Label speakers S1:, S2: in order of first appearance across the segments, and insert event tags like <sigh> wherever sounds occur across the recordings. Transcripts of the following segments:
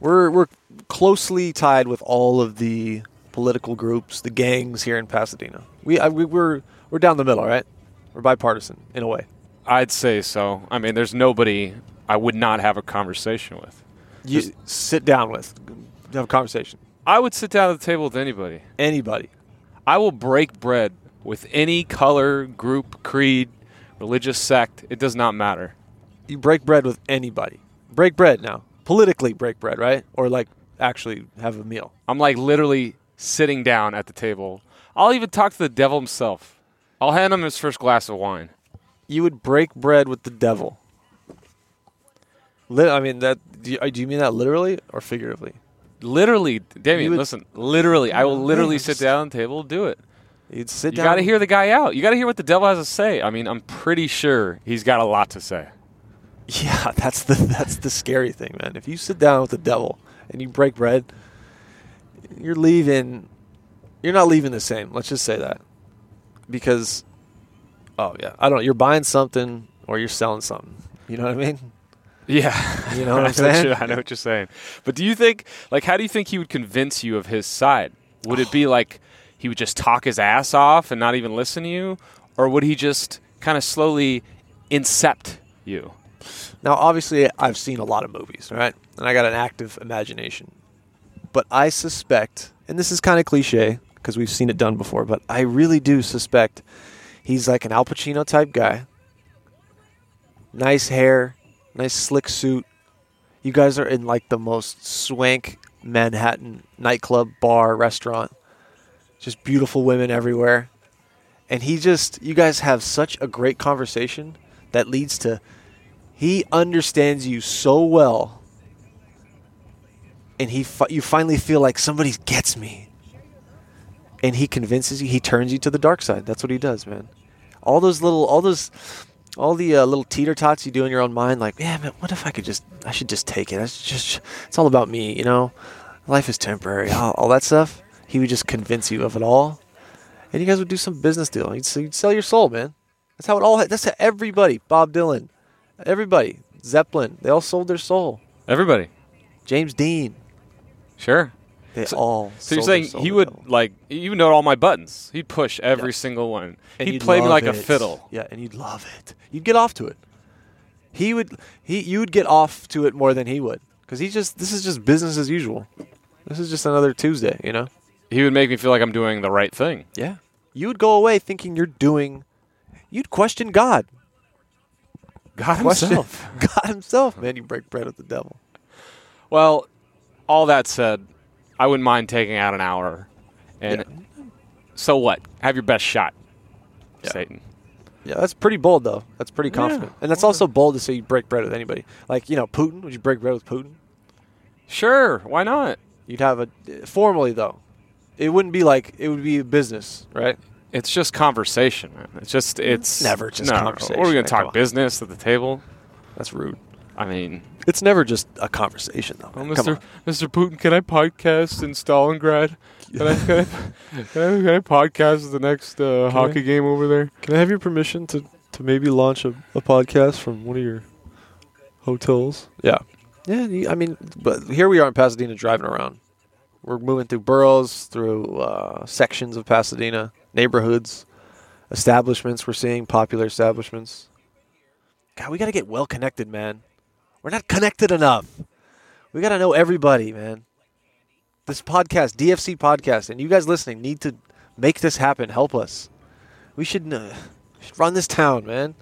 S1: We're we're closely tied with all of the political groups, the gangs here in Pasadena. We I, we we're we're down the middle, right? We're bipartisan in a way.
S2: I'd say so. I mean, there's nobody I would not have a conversation with.
S1: You
S2: Just-
S1: sit down with, have a conversation.
S2: I would sit down at the table with anybody.
S1: Anybody.
S2: I will break bread with any color, group, creed, religious sect. It does not matter.
S1: You break bread with anybody. Break bread now. Politically break bread, right? Or like actually have a meal.
S2: I'm like literally sitting down at the table. I'll even talk to the devil himself. I'll hand him his first glass of wine.
S1: You would break bread with the devil. Lit- I mean that. Do you, do you mean that literally or figuratively?
S2: Literally, Damien,
S1: You would-
S2: listen. Literally, I will literally
S1: just-
S2: sit down at the table and do it.
S1: You'd sit
S2: You
S1: down.
S2: got to hear the guy out. You got to hear what the devil has to say. I mean, I'm pretty sure he's got a lot to say.
S1: Yeah, <laughs> that's the that's the scary thing, man. If you sit down with the devil and you break bread, you're leaving. You're not leaving the same. Let's just say that, because, oh yeah, I don't. know. You're buying something or you're selling something. You know what I mean?
S2: Yeah, <laughs>
S1: You know what I'm
S2: I
S1: saying?
S2: you- I know what you're saying. But do you think, like, how do you think he would convince you of his side? Would it
S1: <sighs>
S2: be like he would just talk his ass off and not even listen to you, or would he just kind of slowly incept you?
S1: Now, obviously, I've seen a lot of movies, right? And I got an active imagination. But I suspect, and this is kind of cliche because we've seen it done before, but I really do suspect he's like an Al Pacino type guy. Nice hair, nice slick suit. You guys are in like the most swank Manhattan nightclub, bar, restaurant. Just beautiful women everywhere and he just you guys have such a great conversation that leads to he understands you so well and he fi- you finally feel like somebody gets me and he convinces you he turns you to the dark side that's what he does man all those little all those all the uh, little teeter tots you do in your own mind like yeah man what if i could just i should just take it I should just it's all about me you know life is temporary all, all that stuff he would just convince you of it all and you guys would do some business deal. You'd, s- you'd sell your soul, man. That's how it all. That's how everybody. Bob Dylan, everybody. Zeppelin. They all sold their soul.
S2: Everybody,
S1: James Dean.
S2: sure.
S1: They
S2: So-
S1: all.
S2: So you're
S1: sold their
S2: saying
S1: soul
S2: he
S1: to
S2: would
S1: Dylan.
S2: like you know all my buttons? He'd push every single one.
S1: And
S2: he
S1: you'd
S2: played me
S1: love
S2: like a
S1: it.
S2: fiddle.
S1: Yeah, and you'd love it. You'd get off to it. He would. He you'd get off to it more than he would because he just. This is just business as usual. This is just another Tuesday, you know.
S2: He would make me feel like I'm doing the right thing.
S1: Yeah. You would go away thinking you're doing. You'd question God.
S2: God
S1: Question <laughs>
S2: himself.
S1: God himself, man. You break bread with the devil.
S2: Well, all that said, I wouldn't mind taking out an hour. And so what? Have your best shot,
S1: Yeah.
S2: Satan.
S1: Yeah, that's pretty bold though. That's pretty confident,
S2: Yeah.
S1: and that's also bold to say you break bread with anybody. Like you know, Putin. Would you break bread with Putin?
S2: Sure, why not?
S1: You'd have a formally though. It wouldn't be like it would be a business, right?
S2: It's just conversation, man. It's just it's
S1: Never just
S2: no,
S1: conversation,
S2: What are we
S1: man,
S2: gonna
S1: come on.
S2: talk business at the table?
S1: That's rude.
S2: I mean,
S1: It's never just a conversation though.
S2: oh,
S1: man. Come
S2: Mr.
S1: on.
S2: Mr. Putin, can I podcast in Stalingrad? Can I, can I, <laughs> can I, can I podcast at the next uh, hockey game over there?
S3: Can I have your permission to, to maybe launch a, a podcast from one of your hotels?
S1: Yeah, yeah. you- I mean, but here we are in Pasadena, driving around. We're moving through boroughs, through uh, sections of Pasadena, neighborhoods, establishments. We're seeing popular establishments. God, we got to get well connected, man. We're not connected enough. We got to know everybody, man. This podcast, DFC podcast, and you guys listening need to make this happen. Help us. We should, uh, we should run this town, man.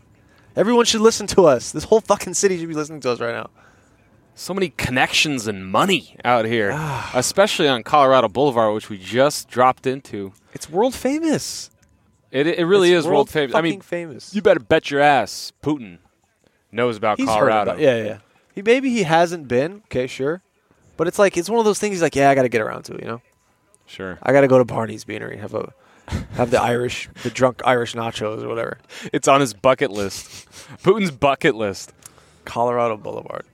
S1: Everyone should listen to us. This whole fucking city should be listening to us right now.
S2: So many connections and money out here,
S1: Ah.
S2: especially on Colorado Boulevard, which we just dropped into.
S1: It's world famous.
S2: It, it really
S1: It's
S2: is world famous. I
S1: fucking
S2: mean,
S1: famous.
S2: you better bet your ass Putin knows about
S1: He's
S2: Colorado.
S1: heard about. Yeah, yeah. He maybe he hasn't been. Okay, sure. But it's like it's one of those things. He's like, yeah, I got to get around to it. You know,
S2: sure.
S1: I got to go to Barney's Beanery, have a have the Irish, the drunk Irish nachos or whatever.
S2: It's on his bucket list. <laughs> Putin's bucket list.
S1: Colorado Boulevard,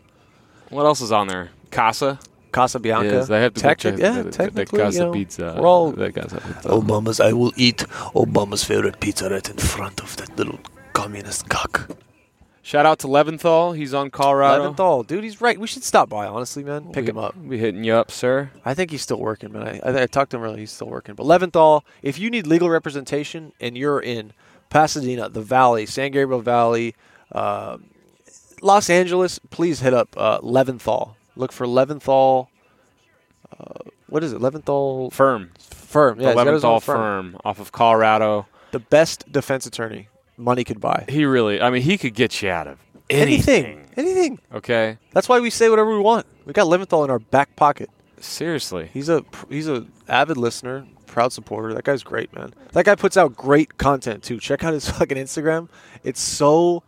S2: What else is on there? Casa.
S1: Casablanca.
S2: Yes, I have to go
S1: Technic-
S2: check
S1: yeah,
S2: the, the, the
S1: technically,
S2: Casa
S1: you know,
S2: Pizza.
S1: We're all
S2: the Casa Pizza.
S3: Obama's I will eat Obama's favorite pizza right in front of that little communist cock.
S2: Shout out to Leventhal. He's on Colorado.
S1: Leventhal, dude, he's right. We should stop by, honestly, man. Pick him up.
S2: We'll be hitting you up, sir.
S1: I think he's still working, man. I, I, I talked to him earlier. He's still working. But Leventhal, if you need legal representation and you're in Pasadena, the Valley, San Gabriel Valley, uh, Los Angeles, please hit up uh, Leventhal. Look for Leventhal. Uh, what is it? Leventhal
S2: Firm.
S1: Firm. Yeah,
S2: the
S1: he's got his own
S2: Leventhal firm off of Colorado.
S1: The best defense attorney money could buy.
S2: He really, I mean, he could get you out of
S1: Anything. Anything.
S2: Okay.
S1: That's why we say whatever we want. We got Leventhal in our back pocket.
S2: Seriously.
S1: He's a he's a avid listener, proud supporter. That guy's great, man. That guy puts out great content too. Check out his <laughs> fucking Instagram. It's so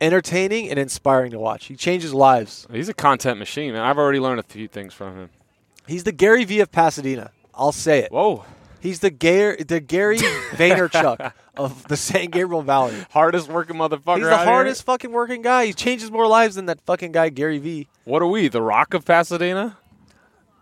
S1: entertaining and inspiring to watch. He changes lives.
S2: He's a content machine, man. I've already learned a few things from him.
S1: He's the Gary Vee of Pasadena. I'll say it.
S2: Whoa.
S1: He's the Gary the
S2: <laughs>
S1: Gary Vaynerchuk of the San Gabriel Valley.
S2: Hardest working motherfucker
S1: He's the
S2: out here.
S1: hardest fucking working guy. He changes more lives than that fucking guy Gary Vee.
S2: What are we, the rock of Pasadena?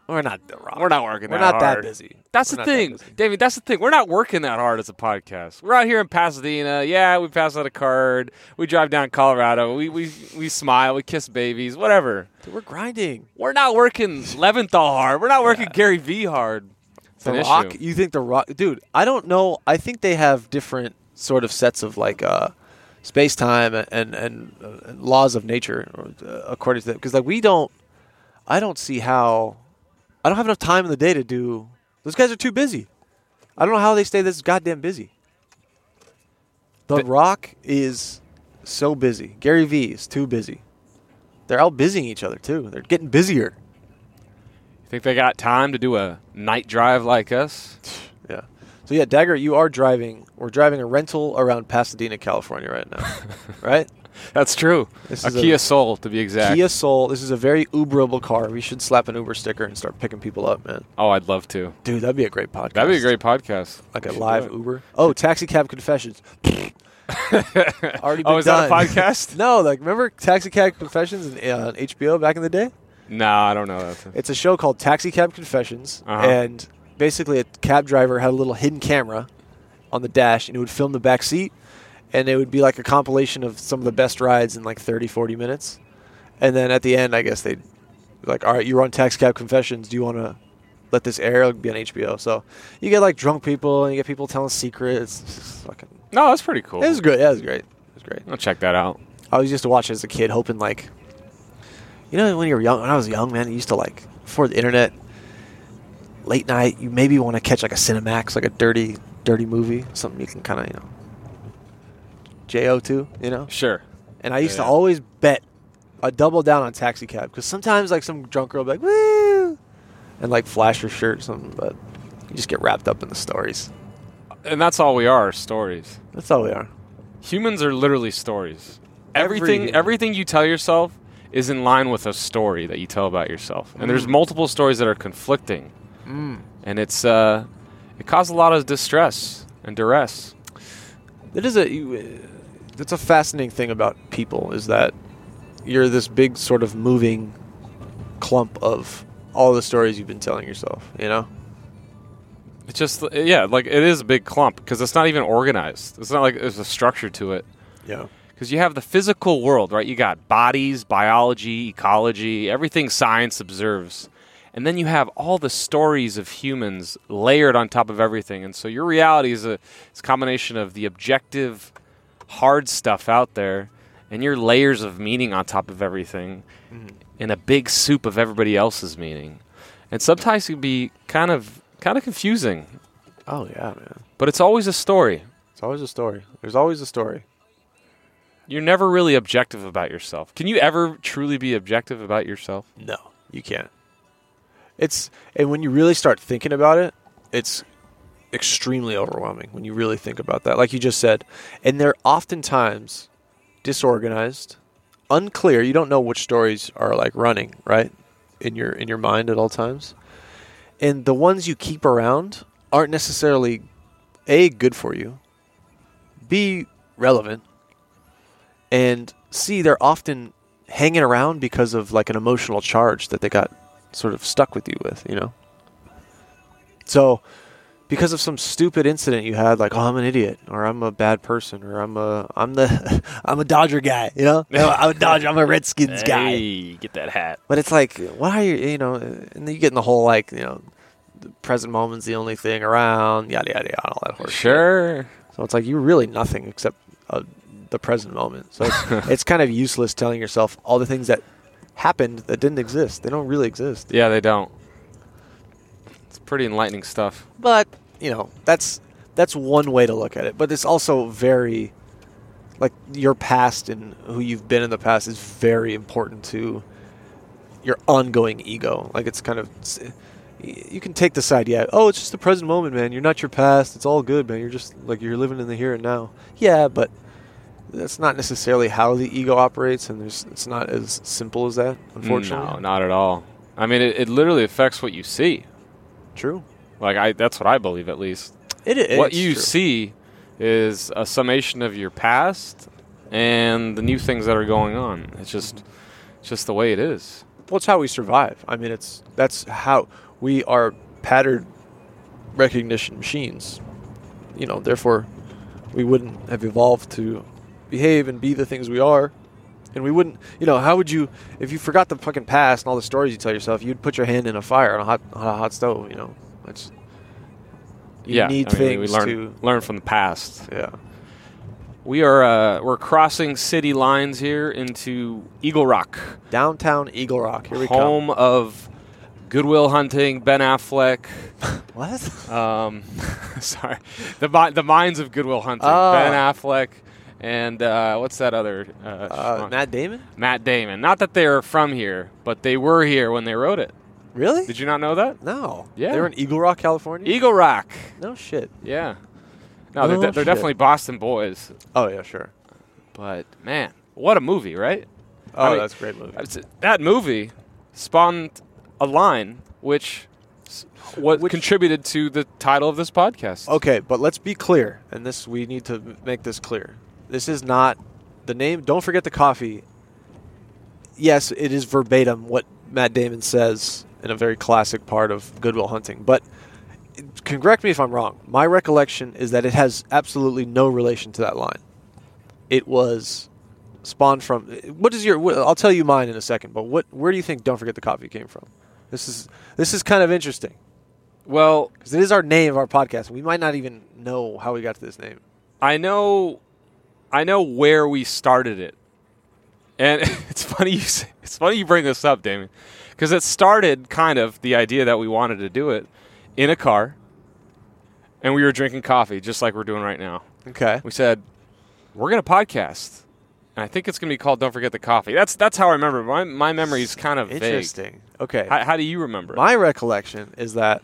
S1: We're not the rock.
S2: We're not working
S1: We're
S2: that
S1: not that
S2: hard.
S1: busy.
S2: That's
S1: We're
S2: the
S1: not that
S2: thing,
S1: busy.
S2: David. That's the thing. We're not working that hard as a podcast. We're out here in Pasadena. Yeah, we pass out a card. We drive down Colorado. We we we smile. We kiss babies. Whatever.
S1: Dude, We're grinding.
S2: We're not working Leventhal hard. We're not working Gary V hard. It's
S1: The
S2: an
S1: Rock?
S2: issue.
S1: You think The Rock? Dude, I don't know. I think they have different sort of sets of like uh, space time and and, uh, and laws of nature or, uh, according to them. Because like we don't, I don't see how. I don't have enough time in the day to do. Those guys are too busy. I don't know how they stay this goddamn busy. The
S2: Th-
S1: Rock is so busy. Gary Vee is too busy. They're out busying each other too. They're getting busier.
S2: You think they got time to do a night drive like us?
S1: Yeah. So yeah, Dagger, you are driving. We're driving a rental around Pasadena, California, right
S2: <laughs>
S1: now, right?
S2: That's true.
S1: This
S2: a
S1: is a-
S2: Kia Soul, to be exact.
S1: Kia Soul. This is a very Uberable car. We should slap an Uber sticker and start picking people up, man.
S2: oh, I'd love to.
S1: Dude, that'd be a great podcast.
S2: That'd be a great podcast.
S1: like
S2: We
S1: a
S2: should
S1: live
S2: do it.
S1: Uber. Oh, taxi cab
S2: <laughs>
S1: confessions. Already been
S2: Oh, is that a
S1: done. <laughs>
S2: podcast?
S1: No, like remember Taxi Cab Confessions and uh, on HBO back in the day?
S2: no, I don't know. That.
S1: It's a show called Taxi Cab Confessions,
S2: Uh-huh.
S1: and basically a cab driver had a little hidden camera on the dash, and it would film the back seat, and it would be like a compilation of some of the best rides in like 30, 40 minutes, and then at the end, I guess they'd be like, all right, you were on Taxi Cab Confessions. Do you want to let this air? It'll be on HBO. So you get like drunk people, and you get people telling secrets. <laughs> It's just fucking,
S2: No, that's pretty cool.
S1: it was good. Yeah, it was great. It was great.
S2: I'll check that out.
S1: I always used to watch it as a kid, hoping like, you know, when you were young, when I was young, man, you used to like before the internet, late night, you maybe want to catch like a Cinemax, like a dirty, dirty movie, something you can kind of, you know, jo to, you know.
S2: Sure.
S1: And I used to
S2: Yeah.
S1: always bet a double down on taxi cab because sometimes like some drunk girl would be like, woo, and like flash her shirt or something, but you just get wrapped up in the stories.
S2: And that's all we are, stories.
S1: That's all we are.
S2: Humans are literally stories.
S1: Every
S2: Everything
S1: human.
S2: everything you tell yourself is in line with a story that you tell about yourself. And
S1: Mm.
S2: there's multiple stories that are conflicting. And it's uh it causes a lot of distress and duress.
S1: That is a you, uh, that's a fascinating thing about people is that you're this big sort of moving clump of all the stories you've been telling yourself. You know,
S2: It's just yeah, like it is a big clump because it's not even organized. It's not like there's a structure to it.
S1: yeah,
S2: Because you have the physical world, right? You got bodies, biology, ecology, everything science observes. And then you have all the stories of humans layered on top of everything. And so your reality is a, is a combination of the objective, hard stuff out there and your layers of meaning on top of everything in a big soup of everybody else's meaning. And sometimes it can be kind of kind of confusing,
S1: oh yeah, man.
S2: but it's always a story.
S1: It's always a story. There's always a story.
S2: You're never really objective about yourself. Can you ever truly be objective about yourself?
S1: No, you can't. It's and when you really start thinking about it, it's extremely overwhelming when you really think about that. Like you just said, and they're oftentimes disorganized, unclear. You don't know which stories are like running right in your in your mind at all times, and the ones you keep around aren't necessarily a good for you, b relevant, and C, they're often hanging around because of like an emotional charge that they got sort of stuck with you with, you know? So because of some stupid incident you had, like, oh, I'm an idiot, or I'm a bad person, or I'm a I'm the <laughs> I'm a Dodger guy, you know? No, I'm a Dodger, I'm a Redskins guy.
S2: Hey, get that hat.
S1: But it's like, why are you, you know? And then you get in the whole like, you know, the present moment's the only thing around, yada yada yada, all that horse. shit.
S2: Sure.
S1: So it's like you're really nothing except uh, the present moment. So it's, it's kind of useless telling yourself all the things that happened that didn't exist. They don't really exist.
S2: Yeah, they don't. It's pretty enlightening stuff.
S1: But you know, that's that's one way to look at it. But it's also very like your past and who you've been in the past is very important to your ongoing ego. Like it's kind of you can take the side, yeah. Oh, it's just the present moment, man. You're not your past. It's all good, man. You're just like you're living in the here and now. Yeah, but that's not necessarily how the ego operates, and there's it's not as simple as that, unfortunately.
S2: Mm, No, not at all. I mean, it, it literally affects what you see.
S1: True.
S2: Like I, that's what I believe at least.
S1: It is
S2: what you
S1: true.
S2: see is a summation of your past and the new things that are going on. It's just, it's just the way it is.
S1: well it's how we survive i mean it's that's how we are pattern recognition machines you know therefore we wouldn't have evolved to behave and be the things we are and we wouldn't you know how would you if you forgot the fucking past and all the stories you tell yourself you'd put your hand in a fire on a hot on a hot stove you know it's you
S2: yeah,
S1: need
S2: I mean,
S1: things
S2: we learn,
S1: to
S2: learn from the past.
S1: yeah
S2: We are uh, we're crossing city lines here into Eagle Rock,
S1: downtown eagle rock here we
S2: home of Goodwill Hunting, Ben Affleck.
S1: come
S2: <laughs>
S1: what
S2: Um, sorry, the mi- the minds of Goodwill Hunting,
S1: Oh.
S2: Ben Affleck, and uh, what's that other uh,
S1: uh,
S2: schmuck?
S1: matt damon
S2: Matt Damon. Not that they're from here, but they were here when they wrote it.
S1: really
S2: Did you not know that?
S1: no
S2: Yeah.
S1: they're in eagle rock california
S2: Eagle Rock.
S1: no shit
S2: Yeah. No, they're,
S1: Oh,
S2: de- they're
S1: shit.
S2: definitely Boston boys,
S1: oh yeah sure
S2: but man, what a movie, right?
S1: Oh,
S2: I mean-
S1: that's a great movie.
S2: That's- That movie spawned a line which s- what
S1: Which-
S2: contributed to the title of this podcast.
S1: Okay, but let's be clear, and this we need to m- make this clear. This is not the name. Don't forget the coffee. Yes, it is verbatim what Matt Damon says in a very classic part of Goodwill Hunting. But can correct me if I'm wrong. My recollection is that it has absolutely no relation to that line. It was spawned from. What is your? wh- I'll tell you mine in a second. But what? Where do you think "Don't Forget the Coffee" came from? This is this is kind of interesting.
S2: Well,
S1: Because it is our name of our podcast. We might not even know how we got to this name.
S2: I know, I know where we started it, and <laughs> it's funny you say, it's funny you bring this up, Damien, because it started kind of the idea that we wanted to do it in a car, and we were drinking coffee just like we're doing right now.
S1: Okay.
S2: We said we're gonna podcast, and I think it's gonna be called "Don't Forget the Coffee." That's that's how I remember. it. My my memory's kind of vague.
S1: Interesting. Okay.
S2: How, how do you remember? it?
S1: My recollection is that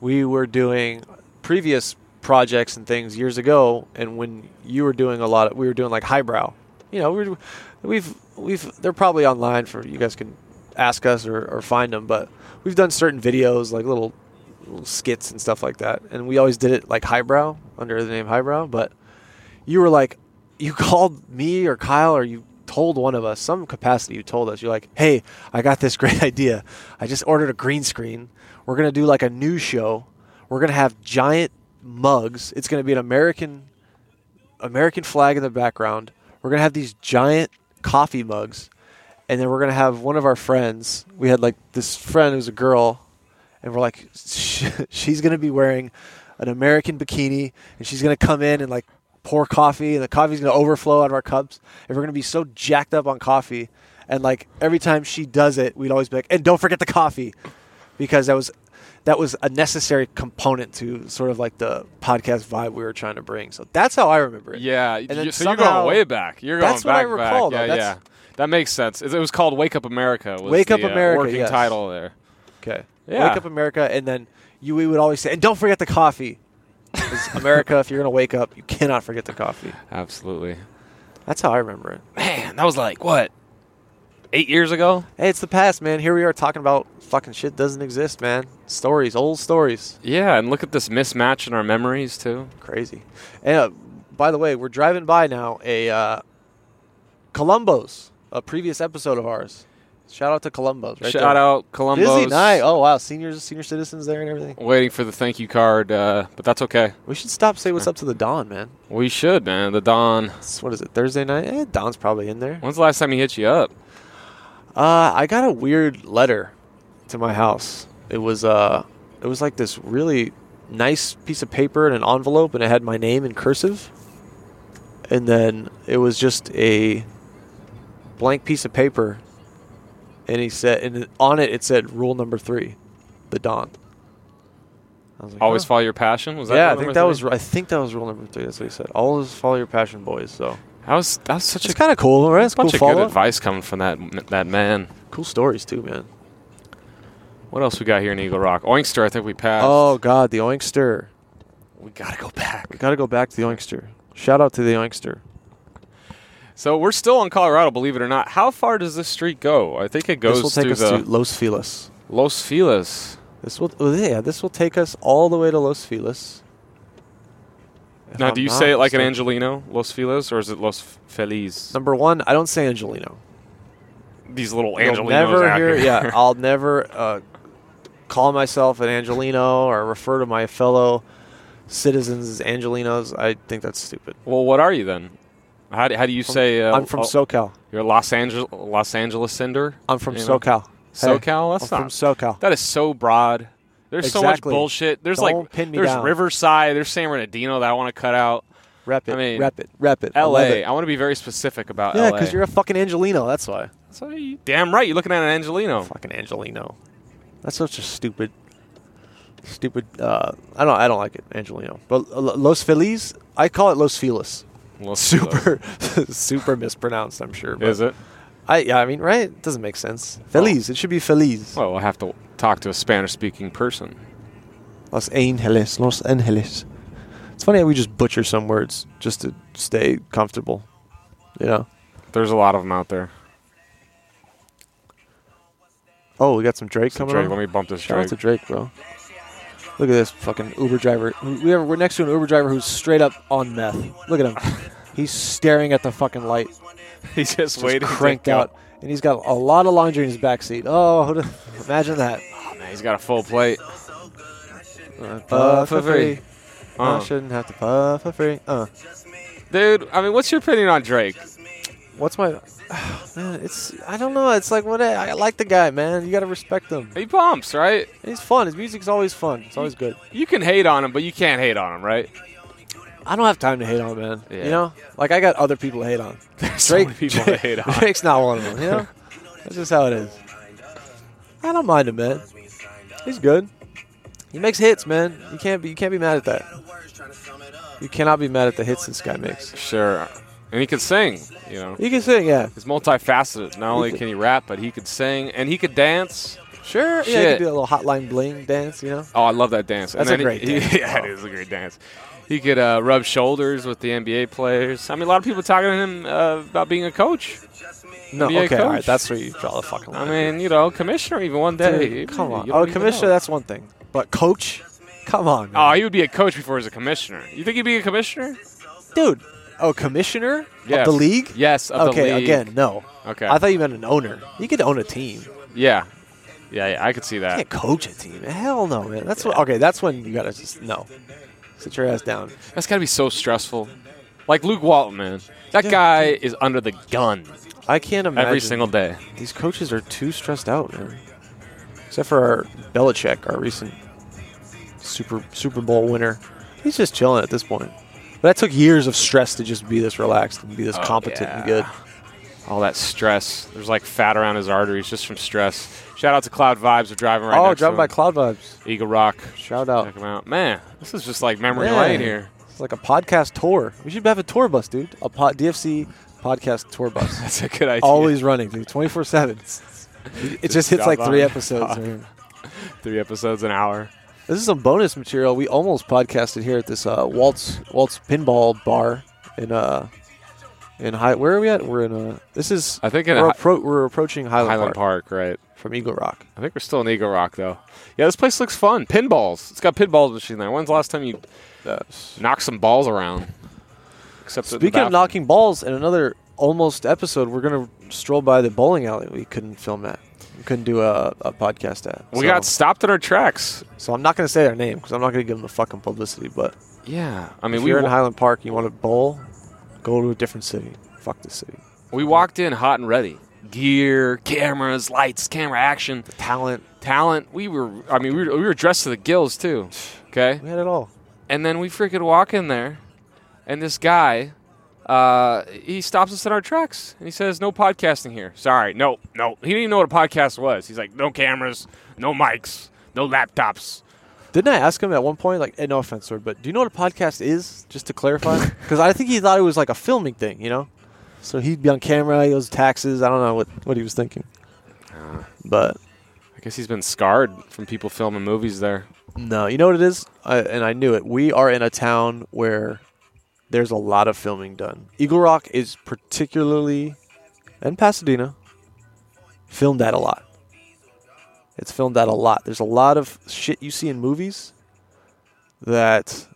S1: we were doing previous projects and things years ago, and when you were doing a lot, of, we were doing like highbrow. You know, we're, we've we've they're probably online for you guys can ask us or, or find them, but we've done certain videos like little, little skits and stuff like that, and we always did it like highbrow under the name highbrow, but you were like, <laughs> you called me or Kyle or you told one of us some capacity. You told us you're like, hey, I got this <laughs> great idea. I just ordered a green screen. We're gonna do like a news show. We're gonna have giant mugs. It's gonna be an American American flag in the background. We're gonna have these giant coffee mugs, and then we're gonna have one of our friends. We had like this friend who's a girl, and we're like, "Sh- <laughs> she's gonna be wearing an American bikini, and she's gonna come in and like pour coffee, and the coffee's gonna overflow out of our cups, and we're gonna be so jacked up on coffee, and like every time she does it, we'd always be like, and don't forget the coffee, because that was that was a necessary component to sort of like the podcast vibe we were trying to bring. So that's how I remember it.
S2: Yeah,
S1: then
S2: you, so you're going
S1: somehow-
S2: way back. You're going
S1: That's what I
S2: back,
S1: recall, though.
S2: back. Yeah,
S1: That's-
S2: yeah, that makes sense. It, it was called Wake Up America. Was
S1: Wake
S2: the,
S1: Up
S2: uh,
S1: America,
S2: working
S1: yes.
S2: title there.
S1: Okay.
S2: Yeah.
S1: Wake up America, and then you we would always say, and don't forget the coffee. 'Cause
S2: <laughs>
S1: America, if you're gonna wake up, you cannot forget the coffee.
S2: Absolutely,
S1: That's how I remember it.
S2: man. That was like what eight years ago.
S1: Hey, it's the past, man. Here we are talking about fucking shit doesn't exist, man. Stories, old stories.
S2: Yeah, and look at this mismatch in our memories too.
S1: Crazy. And uh, by the way, we're driving by now a uh, Columbo's, a previous episode of ours. Shout out to Columbus. Right
S2: Shout
S1: there.
S2: out Columbus.
S1: Dizzy night. Oh wow, seniors, senior citizens there and everything.
S2: Waiting for the thank you card, uh, but that's okay.
S1: We should stop. Say what's up to the Don, man.
S2: We should, man. The Don.
S1: It's, what is it? Thursday night. Eh, Don's probably in there.
S2: When's the last time he hit you up?
S1: Uh, I got a weird letter to my house. It was uh, it was like this really nice piece of paper and an envelope, and it had my name in cursive. And then it was just a blank piece of paper, and he said, and on it it said rule number three, the Don. I was like,
S2: Always
S1: "Huh."
S2: follow your passion. Was that
S1: yeah, I
S2: the
S1: think
S2: number
S1: that
S2: three?
S1: was I think that was rule number three. That's what he said. Always follow your passion, boys. So
S2: That was that was such
S1: it's
S2: a
S1: kind of cool, right? It's cool
S2: bunch of good
S1: follow.
S2: advice coming from that that man.
S1: Cool stories too, man.
S2: What else we got here in Eagle Rock? Oinkster, I think we passed.
S1: Oh God, the Oinkster.
S2: we gotta go back.
S1: We gotta go back to the Oinkster. Shout out to the Oinkster.
S2: So we're still on Colorado, believe it or not. How far does this street go? I think it
S1: this will
S2: goes
S1: take
S2: through
S1: us
S2: the
S1: to Los Feliz.
S2: Los Feliz.
S1: This will, oh, yeah, this will take us all the way to Los Feliz. If
S2: Now,
S1: I'm
S2: do you
S1: not
S2: say it like an
S1: mistaken.
S2: Angelino, Los Feliz, or is it Los Feliz?
S1: Number one, I don't say Angelino.
S2: These little
S1: You'll
S2: Angelinos
S1: never
S2: out
S1: hear-
S2: here.
S1: yeah,
S2: <laughs>
S1: I'll never uh, call myself an Angelino or refer to my fellow citizens as Angelinos. I think that's stupid.
S2: well, what are you then? How do, how do you say? Uh,
S1: I'm from
S2: oh,
S1: SoCal.
S2: You're a Los Angeles Los Angeles Cinder.
S1: I'm from
S2: you know?
S1: SoCal. Hey,
S2: SoCal. That's
S1: I'm from
S2: not.
S1: SoCal.
S2: that is so broad. There's so
S1: Exactly.
S2: much bullshit. There's like
S1: Don't pin me
S2: there's
S1: down.
S2: Riverside. There's San Bernardino that I want to cut out.
S1: Rep it.
S2: I mean,
S1: rep it. Rep it. I love
S2: L.A.
S1: it.
S2: I, want to be very specific about
S1: Yeah,
S2: L.A.
S1: because you're a fucking Angelino. That's why.
S2: So you- damn right. You're looking at an Angelino.
S1: Fucking Angelino. That's such a stupid, stupid. Uh, I don't. I don't like it, Angelino. But uh, Lo- Los Feliz, I call it Los Feliz.
S2: Los
S1: Super, <laughs> super mispronounced. I'm sure. But
S2: Feliz. Is it?
S1: I. Yeah. I mean, right? It doesn't make sense. Feliz. It should be Feliz.
S2: Well, I have to talk to a Spanish-speaking person.
S1: Los Angeles. Los Angeles. It's funny how we just butcher some words just to stay comfortable. You know.
S2: There's a lot of them out there.
S1: Oh, we got some Drake
S2: So
S1: coming
S2: Drake,
S1: on.
S2: let me bump this
S1: Shout out
S2: Drake.
S1: to Drake, bro. Look at this fucking Uber driver. We have, we're next to an Uber driver who's straight up on meth. Look at him.
S2: <laughs>
S1: He's staring at the fucking light.
S2: He's just,
S1: Just
S2: waiting. to
S1: cranked
S2: go.
S1: out. And he's got a lot of laundry in his backseat. Oh, who the- imagine that.
S2: Oh, man, he's got a full plate.
S1: Puff for free.
S2: Uh.
S1: I shouldn't have to puff for free. Uh.
S2: Dude, I mean, what's your opinion on Drake?
S1: What's my. <sighs> Man, it's. I don't know. It's like, what? I, I like the guy, man. You got to respect him.
S2: He bumps, right?
S1: He's fun. His music's always fun. It's always good.
S2: You can hate on him, but you can't hate on him, right? <laughs>
S1: I don't have time to hate on, man.
S2: Yeah.
S1: You know? Like, I got other people to hate <laughs> on.
S2: There's so
S1: Drake,
S2: many people to hate on.
S1: Drake's not one of them, you <laughs> know? That's just how it is. I don't mind him, man. He's good. He makes hits, man. You can't be you can't be mad at that. You cannot be mad at the hits this guy makes.
S2: Sure. And he can sing, you know.
S1: He can sing, yeah.
S2: He's multifaceted. Not only can he rap, but he could sing and he could dance.
S1: Sure. Yeah, he
S2: Shit.
S1: can do a little hotline bling dance, you know?
S2: Oh, I love that dance.
S1: That's a
S2: and then
S1: great
S2: he,
S1: dance.
S2: He, <laughs> yeah, it is a great dance. He could uh, rub shoulders with the NBA players. I mean, a lot of people talking to him uh, about being a coach.
S1: No,
S2: Be a
S1: okay, all right.
S2: coach.
S1: That's where you draw the fucking
S2: I
S1: line.
S2: mean, you know, commissioner even one day.
S1: Dude, come
S2: You
S1: on.
S2: don't
S1: Oh,
S2: even
S1: commissioner,
S2: know.
S1: that's one thing. But coach? Come on, man.
S2: Oh, he would be a coach before he's a commissioner. You think he'd be a commissioner?
S1: dude. Oh, commissioner
S2: Yes.
S1: of the league?
S2: Yes, of the
S1: okay,
S2: league.
S1: again, no.
S2: Okay.
S1: I thought you meant an owner. You could own a team.
S2: Yeah. Yeah, yeah I could see that.
S1: can't coach a team. Hell no, man. That's what, okay. That's when you gotta just no. Sit your ass down.
S2: That's got to be so stressful. Like Luke Walton, man. That guy is under the gun
S1: I can't imagine.
S2: every single day.
S1: These coaches are too stressed out, man. Except for our Belichick, our recent Super Super Bowl winner. He's just chilling at this point. But that took years of stress to just be this relaxed and be this competent and
S2: Oh, yeah.
S1: good.
S2: All that stress. There's like fat around his arteries just from stress. Shout out to Cloud Vibes. We're driving right
S1: oh,
S2: next
S1: dropped
S2: to
S1: by
S2: him.
S1: Cloud Vibes.
S2: Eagle Rock.
S1: Shout
S2: Check
S1: out.
S2: him out. Man, this is just like memory
S1: Man,
S2: lane here. <laughs>
S1: It's like a podcast tour. We should have a tour bus, dude. A pod, DFC podcast tour
S2: <laughs>
S1: bus.
S2: That's a good idea.
S1: always running, dude. Twenty four
S2: <laughs>
S1: seven. It just hits
S2: got
S1: like three
S2: on.
S1: episodes. right?
S2: Three episodes an hour.
S1: This is some bonus material. We almost podcasted here at this uh, Waltz Waltz Pinball Bar in uh in high. Where are we at? We're in uh This is
S2: I think in
S1: we're,
S2: Hi-
S1: appro- we're approaching Highland,
S2: Highland
S1: Park,
S2: Park, right?
S1: from Eagle Rock.
S2: I think we're still in Eagle Rock, though. Yeah, this place looks fun. Pinballs. It's got pinball machine there. When's the last time you knocked some balls around? Except in the
S1: Speaking of
S2: bathroom.
S1: knocking balls, in another almost episode, we're gonna stroll by the bowling alley. We couldn't film that. couldn't do a, a podcast at.
S2: We
S1: so,
S2: got stopped in our tracks.
S1: so I'm not gonna say their name because I'm not gonna give them the fucking publicity. But
S2: Yeah, I
S1: if
S2: mean, we
S1: you're in
S2: wa-
S1: Highland Park, and you want to bowl, go to a different city. Fuck this city.
S2: we walked in hot and ready. Gear, cameras, lights, camera action,
S1: Talent,
S2: talent. We were, I mean, we were, we were dressed to the gills too. Okay,
S1: we had it all.
S2: and then we freaking walk in there, and this guy, uh, he stops us in our tracks and he says, "No podcasting here. Sorry, no, no." He didn't even know what a podcast was. He's like, "No cameras, no mics, no laptops."
S1: Didn't I ask him at one point, like, eh, no offense, sir, but do you know what a podcast is? Just to
S2: <laughs>
S1: clarify, because I think he thought it was like a filming thing, you know. So he'd be on camera. He owes taxes. I don't know what what he was thinking.
S2: Uh.
S1: But
S2: I guess he's been scarred from people filming movies there.
S1: no, you know what it is, I, and I knew it. We are in a town where there's a lot of filming done. Eagle Rock is particularly, and Pasadena, filmed at a lot. It's filmed at a lot. There's a lot of shit you see in movies that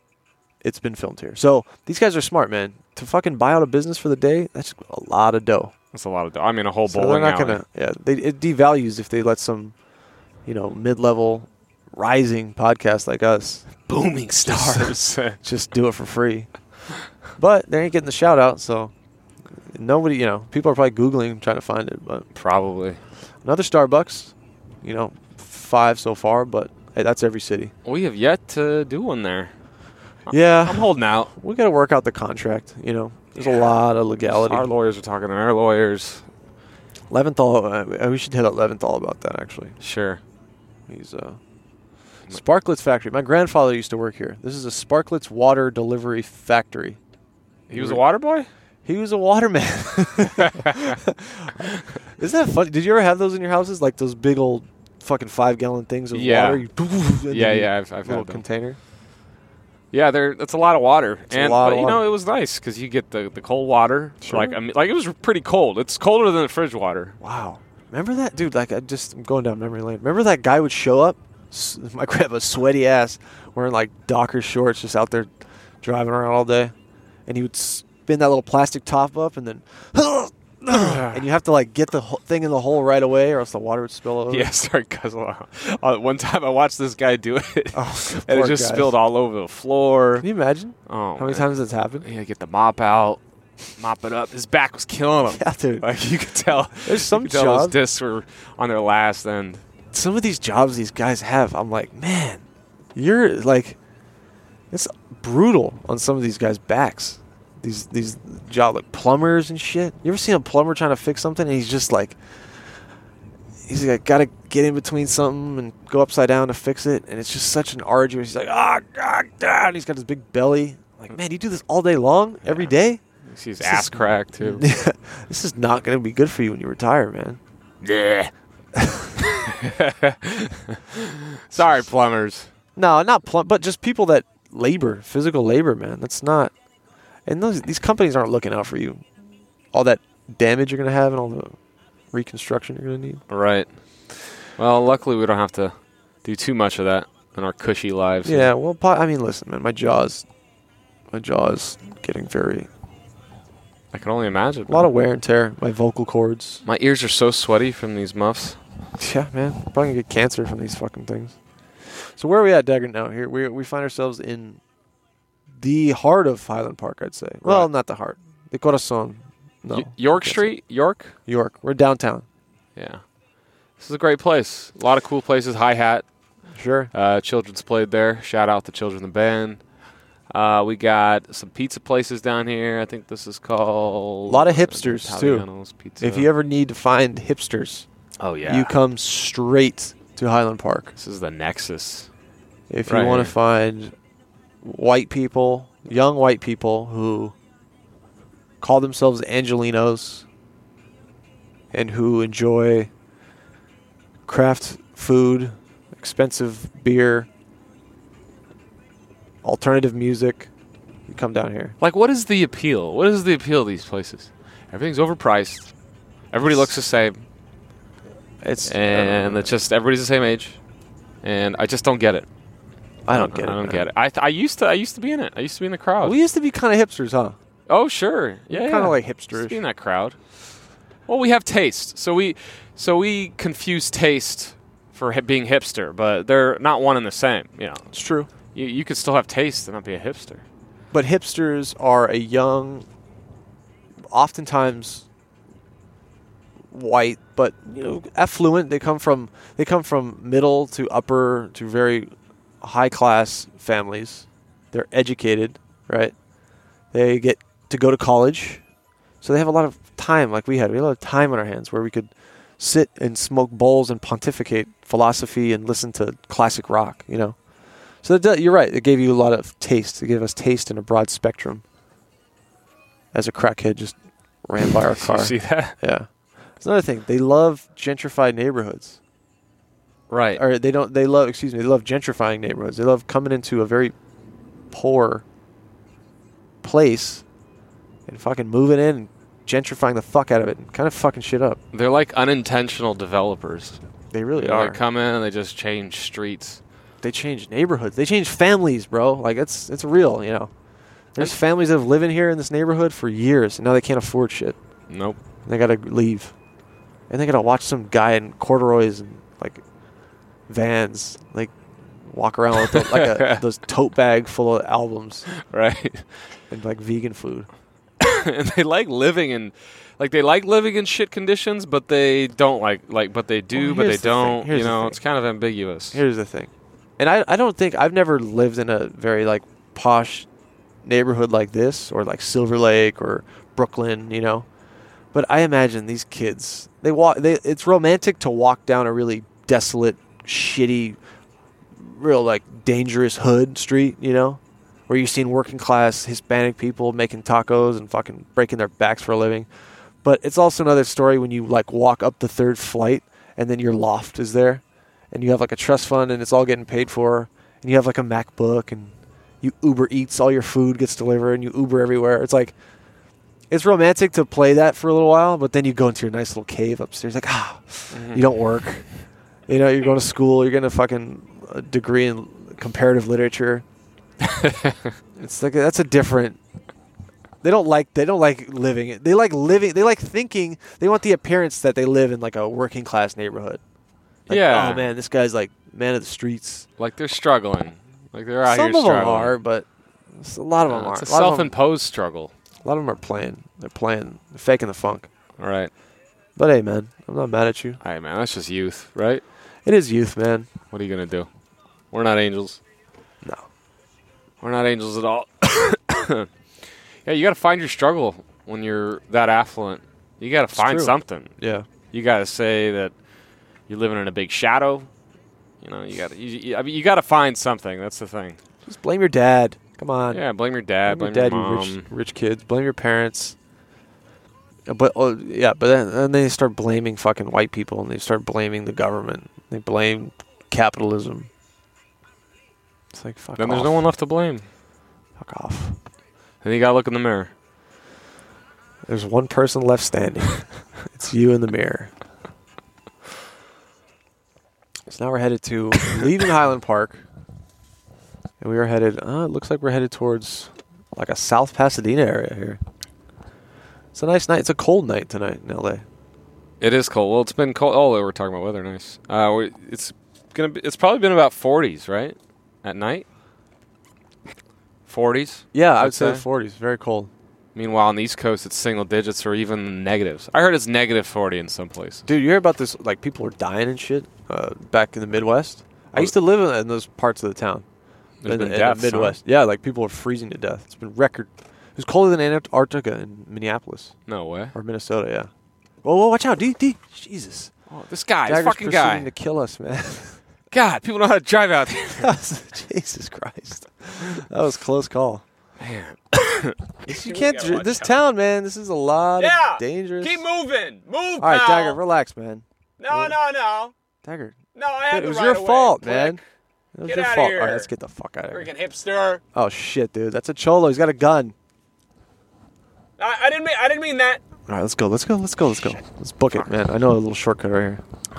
S1: it's been filmed here. So these guys are smart, man. To fucking buy out a business for the day, that's a lot of dough.
S2: That's a lot of. I mean, a whole
S1: So
S2: bowling
S1: they're not
S2: alley.
S1: gonna. Yeah, they, it devalues if they let some, you know, mid-level, rising podcast like us <laughs>
S2: booming stars.
S1: just do it for free. But they ain't getting the shout out, so nobody, you know, people are probably googling trying to find it. But
S2: <laughs> Probably.
S1: another Starbucks, you know, five so far, but hey, that's every city.
S2: We have yet to do one there. I'm
S1: Yeah,
S2: holding out.
S1: we got to work out the contract. You know, there's a lot of legality.
S2: Our lawyers are talking to our lawyers.
S1: Leventhal, uh, we should hit up Leventhal about that actually.
S2: Sure.
S1: He's uh Sparklets factory. My grandfather used to work here. This is a Sparklets water delivery factory.
S2: He was a water boy?
S1: He was a waterman.
S2: <laughs>
S1: <laughs> Isn't that funny? Did you ever have those in your houses? Like those big old fucking five gallon things of
S2: Yeah.
S1: water? You and then
S2: Yeah,
S1: you-
S2: yeah, I've, I've
S1: little
S2: had them.
S1: container.
S2: <laughs> Yeah, there. That's a lot of water,
S1: a
S2: and
S1: lot
S2: but,
S1: of
S2: you know
S1: water.
S2: it was nice because you get the, the cold water.
S1: Sure.
S2: Like I mean, like it was pretty cold. It's colder than the fridge water.
S1: Wow. Remember that? Dude, like, I just, I'm going down memory lane. Remember that guy would show up? S- <laughs> My grandpa, sweaty ass, wearing like Docker shorts, just out there driving around all day. And he would spin that little plastic top up
S2: <sighs>
S1: and then. <coughs> And
S2: <laughs>
S1: you have to like get the ho- thing in the hole right away, or else the water would spill over.
S2: Yeah, start guzzling. out. Uh, one time I watched this guy do it,
S1: Oh,
S2: <laughs> and it
S1: poor
S2: just
S1: guys.
S2: spilled all over the floor.
S1: Can you imagine
S2: Oh,
S1: how many
S2: man.
S1: times that's happened?
S2: He had to get the mop out, mop it up. His back was killing him.
S1: <laughs> Yeah, dude.
S2: Like you could tell.
S1: There's some
S2: you could tell those
S1: job-
S2: discs were on their last end.
S1: some of these jobs these guys have, I'm like, man, you're like, it's brutal on some of these guys' backs. These these job like plumbers and shit. You ever seen a plumber trying to fix something and he's just like, he's like, got to get in between something and go upside down to fix it, and it's just such an arduous. He's like, ah, god, god. He's got his big belly. Like, man, you do this all day long, every
S2: Yeah.
S1: day. <laughs>
S2: You see his
S1: This is-
S2: ass
S1: <laughs>
S2: crack too. <laughs>
S1: this is not gonna be good for you when you retire, man.
S2: Yeah. Sorry, plumbers.
S1: No, not plumb, but just people that labor, physical labor, man. That's not. And those these companies aren't looking out for you. All that damage you're gonna have and all the reconstruction you're gonna need.
S2: Right. Well, luckily we don't have to do too much of that in our cushy lives.
S1: Yeah, well, po- I mean, listen, man, my jaw's, my jaw is getting very
S2: I can only imagine.
S1: a lot of wear and tear. My vocal cords.
S2: My ears are so sweaty from these muffs.
S1: Yeah, man, probably gonna get cancer from these fucking things. So where are we at, Dagger? Now here we we find ourselves in the heart of Highland Park, I'd say. Well,
S2: Right.
S1: not the heart, the corazon. No,
S2: Y- York
S1: Yes, sir.
S2: Street, York.
S1: York. We're downtown.
S2: Yeah. This is a great place. A lot of cool places. Hi Hat.
S1: Sure.
S2: Uh, children's played there. Shout out to Children of the Band. Uh, we got some pizza places down here. I think this is called
S1: A lot of hipsters, too.
S2: Italiano's Pizza.
S1: If you ever need to find hipsters,
S2: oh yeah,
S1: you come straight to Highland Park.
S2: this is the Nexus.
S1: If
S2: Right
S1: you want
S2: here.
S1: to find white people, young white people who call themselves Angelinos and who enjoy craft food, expensive beer, alternative music, you come down here.
S2: Like, what is the appeal? What is the appeal of these places? Everything's overpriced. Everybody looks the same,
S1: It's
S2: and it's just everybody's the same age. And I just don't get it.
S1: I don't get it.
S2: I don't
S1: man.
S2: get it. I, th- I used to. I used to be in it. I used to be in the crowd.
S1: We used to be kind of hipsters, huh?
S2: oh sure, yeah,
S1: kind of
S2: yeah.
S1: like
S2: Used to be
S1: hipsterish.
S2: in that crowd. Well, we have taste, so we so we confuse taste for hi- being hipster, but they're not one and the same. You know,
S1: It's true.
S2: you, you could still have taste and not be a hipster.
S1: But hipsters are a young, oftentimes white, but you know, affluent. They come from they come from middle to upper to very high class families. They're educated, right? They get to go to college, so they have a lot of time, like we had. We had a lot of time on our hands where we could sit and smoke bowls and pontificate philosophy and listen to classic rock. You know. So it does, you're right. It gave you a lot of taste. It gave us taste in a broad spectrum. As a crackhead just ran by our car.
S2: <laughs> You see that?
S1: Yeah. It's another thing. They love gentrified neighborhoods.
S2: Right.
S1: Or they don't they love excuse me, they love gentrifying neighborhoods. They love coming into a very poor place and fucking moving in and gentrifying the fuck out of it and kind of fucking shit up.
S2: They're like unintentional developers.
S1: They really
S2: They
S1: are.
S2: like come in and they just change streets.
S1: they change neighborhoods. They change families, bro. Like it's it's real, you know. There's families that have lived in here in this neighborhood for years and now they can't afford shit.
S2: Nope. <laughs>
S1: and they gotta leave, and they gotta watch some guy in corduroys and like vans like walk around with the, like a, those tote bag full of albums
S2: Right. <laughs>
S1: and like vegan food.
S2: and they like living in like they like living in shit conditions, but they don't like like but they do,
S1: Well,
S2: but they
S1: here's the thing.
S2: don't.
S1: Here's
S2: You
S1: the
S2: know,
S1: thing.
S2: it's kind of ambiguous.
S1: Here's the thing, and I I don't think I've never lived in a very like posh neighborhood like this or like Silver Lake or Brooklyn, you know. But I imagine these kids they walk they it's romantic to walk down a really desolate, shitty, real like dangerous hood street, you know, where you've seen working class Hispanic people making tacos and fucking breaking their backs for a living. But it's also another story when you like walk up the third flight and then your loft is there and you have like a trust fund and it's all getting paid for and you have like a MacBook and you Uber Eats, all your food gets delivered and you Uber everywhere. It's like it's romantic to play that for a little while, but then you go into your nice little cave upstairs like ah, you don't work. You know, you're going to school, you're getting a fucking uh, degree in comparative
S2: <laughs>
S1: literature. it's like that's a different. They don't like they don't like living. it. They like living. They like thinking. They want the appearance that they live in like a working class neighborhood. Like,
S2: Yeah.
S1: Oh man, this guy's like man of the streets.
S2: Like they're struggling. Like they're out
S1: Some of
S2: here
S1: them
S2: struggling.
S1: are, but it's- a lot of them
S2: Uh,
S1: aren't.
S2: it's
S1: a,
S2: a
S1: lot of them,
S2: self-imposed struggle.
S1: a lot of them are playing. They're playing. They're faking the funk.
S2: All right.
S1: But hey, man, I'm not mad at you.
S2: All right, man. That's just youth, right?
S1: It is youth, man.
S2: What are you gonna do? We're not angels.
S1: No.
S2: We're not angels at all. <coughs> yeah, you gotta find your struggle when you're that affluent. You gotta find
S1: true.
S2: something.
S1: Yeah.
S2: You gotta say that you're living in a big shadow. You know, you gotta. You, you, I mean, you gotta find something. That's the thing.
S1: Just blame your dad. Come on.
S2: Yeah, blame your dad. Blame,
S1: blame your dad,
S2: your mom.
S1: you rich, <laughs> rich kids. Blame your parents. Uh, But oh, yeah, but then, then they start blaming fucking white people, and they start blaming the government. They blame capitalism. It's like fuck
S2: Then
S1: off.
S2: there's no one left to blame.
S1: Fuck off.
S2: Then you gotta look in the mirror.
S1: There's one person left standing. <laughs> it's you in the mirror. So now we're headed to <laughs> leaving Highland Park, and we are headed. Uh, it looks like we're headed towards like a South Pasadena area here. It's a nice night. It's a cold night tonight in LA.
S2: It is cold. Well, it's been cold. Oh, we're talking about weather. Nice. Uh, we- it's gonna. Be, it's probably been about 40s, right? At night. 40s.
S1: Yeah, I
S2: I'd
S1: would say
S2: say.
S1: 40s. Very cold,
S2: Meanwhile, on the East Coast, it's single digits or even negatives. I heard it's negative 40 in some places.
S1: dude. You hear about this? Like people are dying and shit uh, back in the Midwest. I used to live in, in those parts of the town.
S2: There's
S1: in,
S2: been
S1: the- in
S2: deaths,
S1: the
S2: huh?
S1: Midwest. Yeah, like people are freezing to death. It's been record. It was colder than Antarctica in Minneapolis
S2: No way.
S1: or Minnesota. Yeah. Whoa, whoa, watch out, D, D. Jesus.
S2: Oh, this guy, this
S1: Dagger's
S2: fucking
S1: proceeding
S2: guy.
S1: to kill us, man. <laughs>
S2: God, people know how to drive out here.
S1: Jesus Christ. That was a close call. <coughs>
S2: Man.
S1: You can't. dr- This town, man. This is a lot
S2: <laughs> Yeah,
S1: of dangerous.
S2: moving. Move,
S1: All right, Dagger, relax, man.
S2: No, no, no.
S1: Dagger,
S2: No, I
S1: dude, it was your fault, man. It was
S2: Get
S1: your
S2: outta
S1: fault. All
S2: here.
S1: right, let's get the fuck out of here.
S2: hipster.
S1: Oh shit, dude, that's a cholo. He's got a gun.
S2: I, I didn't mean. I didn't mean that.
S1: All right, let's go. Let's go. Let's go. Let's go. Let's book it, man. I know a little shortcut right here.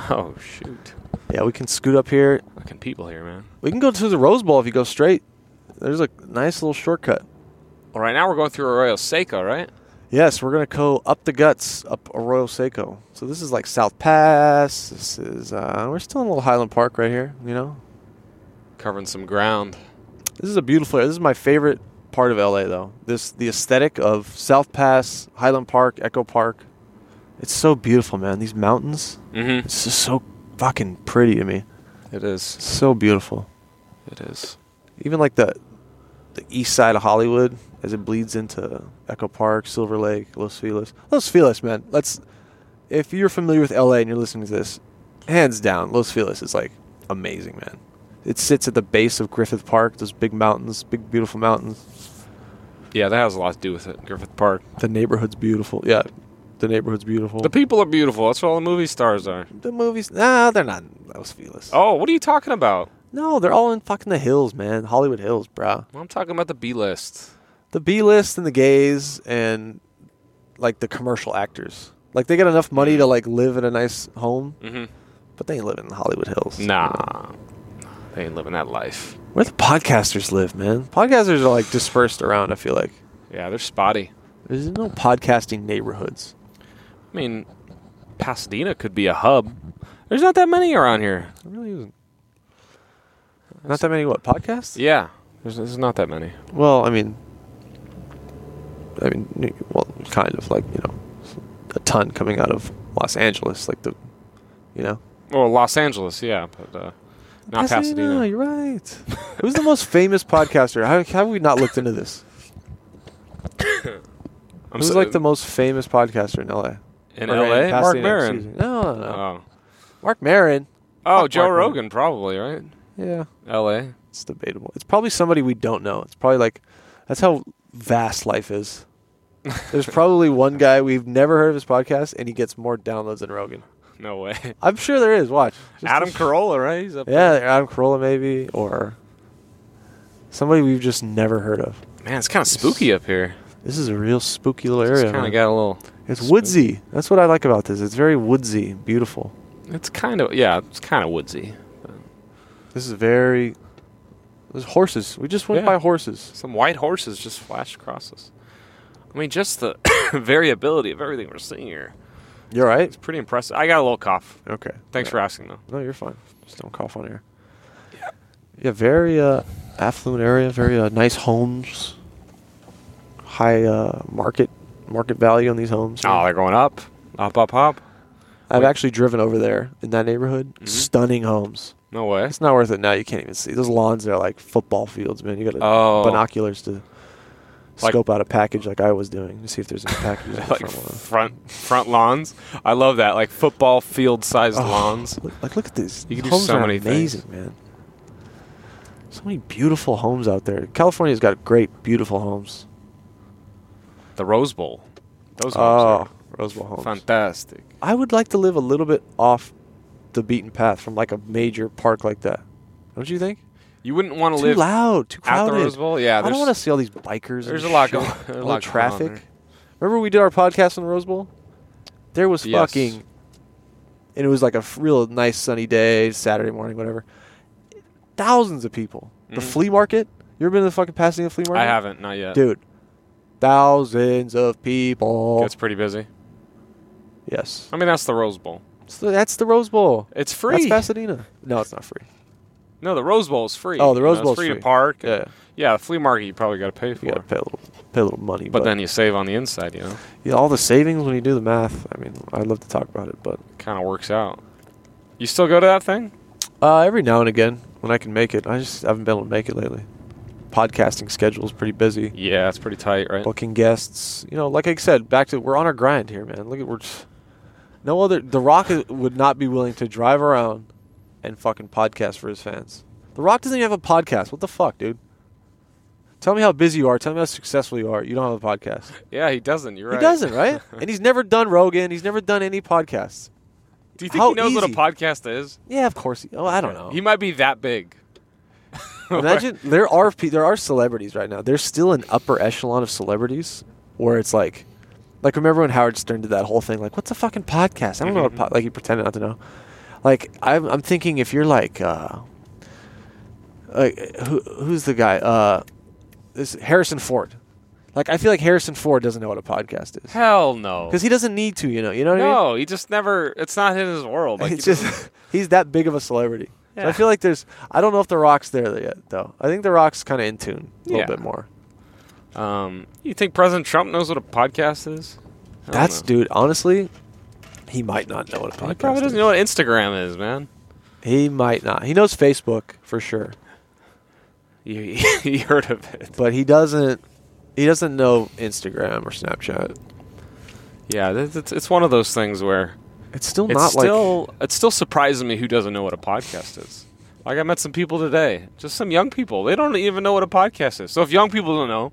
S2: Oh shoot!
S1: Yeah, we can scoot up here.
S2: Fucking people here, man.
S1: We can go to the Rose Bowl if you go straight. There's a nice little shortcut.
S2: Well, right now we're going through Arroyo Seco, right?
S1: Yes, we're gonna go up the guts, up Arroyo Seco. So this is like South Pass. This is uh, we're still in Little Highland Park right here. You know,
S2: Covering some ground.
S1: this is a beautiful. This is my favorite part of LA, though. This the aesthetic of South Pass, Highland Park, Echo Park. It's so beautiful, man. These mountains.
S2: Mm-hmm.
S1: It's just so fucking pretty to me.
S2: It is.
S1: So beautiful.
S2: It is.
S1: Even like the the east side of Hollywood as it bleeds into Echo Park, Silver Lake, Los Feliz. Los Feliz, man. Let's if you're familiar with LA and you're listening to this, hands down, Los Feliz is like amazing, man. It sits at the base of Griffith Park, those big mountains, big beautiful mountains.
S2: Yeah, that has a lot to do with it. Griffith Park.
S1: The neighborhood's beautiful. Yeah, the neighborhood's beautiful.
S2: The people are beautiful. That's where all the movie stars are.
S1: the movies, nah, they're not in Los Feliz.
S2: Oh, what are you talking about?
S1: No, they're all in fucking the hills, man. Hollywood Hills, brah.
S2: I'm talking about the B list.
S1: The B list and the gays and like the commercial actors. Like they get enough money to like live in a nice home,
S2: Mm-hmm.
S1: but they ain't living in Hollywood Hills.
S2: Nah. They ain't living that life.
S1: Where the podcasters live, man. Podcasters are like dispersed around, I feel like.
S2: Yeah, they're spotty.
S1: There's no podcasting neighborhoods.
S2: I mean, Pasadena could be a hub. There's not that many around here.
S1: There really isn't. Not that many what, podcasts?
S2: Yeah, there's, there's not that many.
S1: Well, I mean, I mean, New- well, kind of like you know, a ton coming out of Los Angeles, like the, you know,
S2: Well, Los Angeles, yeah, but uh, not Pasadena.
S1: You're right. Who's the most famous podcaster? How, how have we not looked into this?
S2: I'm
S1: Who's
S2: so-
S1: like the most famous podcaster in LA?
S2: in
S1: Or
S2: L.A. Mark
S1: Pasadena,
S2: Maron.
S1: excuse me. No, no, no.
S2: Oh,
S1: Mark Maron.
S2: oh
S1: Fuck
S2: Joe
S1: Mark Maron.
S2: Rogan, probably right.
S1: Yeah,
S2: L.A.
S1: it's debatable. It's probably somebody we don't know. It's probably like that's how vast life is.
S2: <laughs>
S1: There's probably one guy we've never heard of his podcast, and he gets more downloads than Rogan.
S2: No way.
S1: I'm sure there is. Watch Just
S2: Adam
S1: to-
S2: Carolla, right? He's up
S1: Yeah, Adam Carolla maybe, or somebody we've just never heard of.
S2: there. Man, it's kind of spooky up here.
S1: This is a real spooky little
S2: It's
S1: area.
S2: kind of
S1: man.
S2: got a little.
S1: it's
S2: spooky.
S1: woodsy. That's what I like about this. It's very woodsy, beautiful.
S2: It's kind of yeah. It's kind of woodsy.
S1: This is very. There's horses. We just went
S2: Yeah.
S1: by horses.
S2: Some white horses just flashed across us. I mean, just the <coughs> variability of everything we're seeing here.
S1: You're right.
S2: It's pretty impressive. I got a little cough.
S1: Okay.
S2: Thanks for asking, though.
S1: No, you're fine. Just don't cough on air. Yeah. Yeah. Very uh, affluent area. Very uh, nice homes. High uh, market market value on these homes.
S2: Oh, they're going up, up, up, up.
S1: I've actually driven over there in that neighborhood.
S2: Mm-hmm.
S1: Stunning homes.
S2: No way.
S1: It's not worth it now. You can't even see those lawns. They're like football fields, man. You got to
S2: Oh.
S1: binoculars to
S2: Like-
S1: scope out a package, like I was doing, to see if there's any packages. in the
S2: <laughs> <laughs> like
S1: front lawn.
S2: front front lawns. I love that. Like football field sized
S1: Oh,
S2: lawns.
S1: Look, like, look at this.
S2: You can do
S1: homes
S2: so
S1: are
S2: many
S1: amazing, man. So many beautiful homes out there. California's got great, beautiful homes.
S2: The Rose Bowl. Those
S1: Oh,
S2: homes
S1: Rose Bowl
S2: are
S1: homes.
S2: fantastic.
S1: I would like to live a little bit off the beaten path from like a major park like that. Don't you think?
S2: You wouldn't want to
S1: Too
S2: live
S1: loud, too
S2: at
S1: crowded.
S2: the Rose Bowl. Yeah,
S1: I
S2: there's
S1: don't want to see all these bikers.
S2: there's
S1: and
S2: a lot
S1: shit,
S2: going- there's a
S1: all
S2: lot
S1: the
S2: going on
S1: traffic. Remember we did our podcast on the Rose Bowl? There was
S2: Yes.
S1: fucking, and it was like a f- real nice sunny day, Saturday morning, whatever. Thousands of people. The
S2: Mhm.
S1: flea market. You ever been to the fucking Pasadena flea market?
S2: I haven't not yet.
S1: dude. Thousands of people.
S2: It's pretty busy.
S1: yes,
S2: I mean, that's the Rose Bowl.
S1: so that's the Rose Bowl.
S2: It's
S1: That's
S2: free.
S1: Pasadena. No, it's not free.
S2: No, the Rose Bowl is free.
S1: Oh, the
S2: You
S1: Rose
S2: know,
S1: Bowl's
S2: it's free,
S1: free.
S2: to park.
S1: Yeah,
S2: Yeah, the flea market you probably got to pay for.
S1: you gotta pay a little, pay a little money.
S2: but then you save on the inside, you know.
S1: yeah, all the savings when you do the math. I mean, I'd love to talk about it, but
S2: It kind of works out. You still go to that thing?
S1: Uh, every now and again, when I can make it, I just haven't been able to make it lately. Podcasting schedule's pretty busy.
S2: Yeah, it's pretty tight, right?
S1: Booking guests, you know, like I said, back to we're on our grind here, man. Look at we're just, no other. The Rock is- would not be willing to drive around and fucking podcast for his fans. The Rock doesn't even have a podcast. What the fuck, dude? Tell me how busy you are. Tell me how successful you are. You don't have a podcast.
S2: Yeah, he doesn't. You're right.
S1: He doesn't,
S2: <laughs>
S1: right? and he's never done Rogan. He's never done any podcasts.
S2: Do you think
S1: How
S2: he knows what a
S1: easy?
S2: podcast is?
S1: Yeah, of course. He, oh, I don't <laughs> know.
S2: He might be that big. <laughs>
S1: Imagine there are pe- there are celebrities right now. There's still an upper echelon of celebrities where it's like, like remember when Howard Stern did that whole thing? Like, what's a fucking podcast? I don't know what a
S2: Mm-hmm.
S1: pod- like he pretended not to know. Like I'm I'm thinking if you're like, uh, like who who's the guy? Uh, this Harrison Ford. Like I feel like Harrison Ford doesn't know what a podcast is <laughs>
S2: Hell no.
S1: because he doesn't need to. You know. You know what I mean?
S2: No, he just never. It's not in his world. Like,
S1: it's
S2: he doesn't-
S1: just <laughs> he's that big of a celebrity. So
S2: Yeah.
S1: I feel like there's I don't know if the Rock's there yet though. I think the Rock's kind of in tune a little
S2: Yeah.
S1: bit more.
S2: Um, you think President Trump knows what a podcast is? I don't
S1: That's
S2: know.
S1: dude. Honestly, he might not know what a podcast.
S2: He probably doesn't
S1: is.
S2: know what Instagram is, man.
S1: He might not. He knows Facebook for sure,
S2: You, <laughs> you heard of it?
S1: but he doesn't. He doesn't know Instagram or Snapchat.
S2: Yeah, that's- it's it's one of those things where
S1: It's still
S2: it's
S1: not like
S2: still it's still surprising me who doesn't know what a podcast is. Like I met some people today, just some young people. They don't even know what a podcast is. So if young people don't know,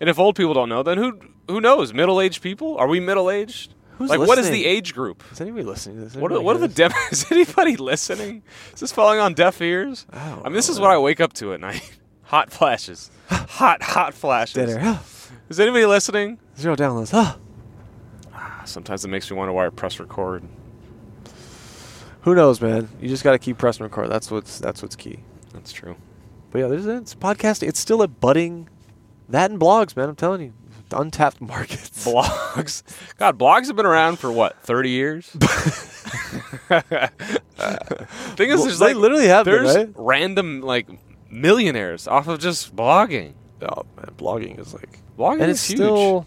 S2: and if old people don't know, then who who knows? Middle aged people? Are we middle aged?
S1: Who's
S2: like what is
S1: listening?
S2: the age group?
S1: Is anybody listening to this?
S2: What are,
S1: Anybody
S2: what are
S1: hear
S2: the
S1: this?
S2: dem? <laughs> Is anybody listening? Is this falling on deaf ears?
S1: I don't
S2: I mean, this
S1: know,
S2: is what
S1: man.
S2: I wake up to at night. <laughs>
S1: <laughs>
S2: Hot flashes, hot hot flashes.
S1: Dead air.
S2: Is anybody listening?
S1: <gasps>
S2: Ah,
S1: Zero downloads. <gasps> Huh.
S2: Sometimes it makes me wonder why I press record.
S1: Who knows, man? You just got to keep pressing record. That's what's that's what's key. <laughs>
S2: That's true.
S1: But yeah, there's it's podcasting. It's still a budding that and blogs, man. I'm telling you, untapped <laughs> markets.
S2: Blogs. God, blogs have been around for what, 30 years?
S1: <laughs>
S2: Thing is,
S1: Well,
S2: there's
S1: they
S2: like
S1: literally have been,
S2: there's
S1: right?
S2: random like millionaires off of just blogging.
S1: oh man, blogging is like
S2: Blogging
S1: and
S2: is
S1: it's
S2: huge.
S1: still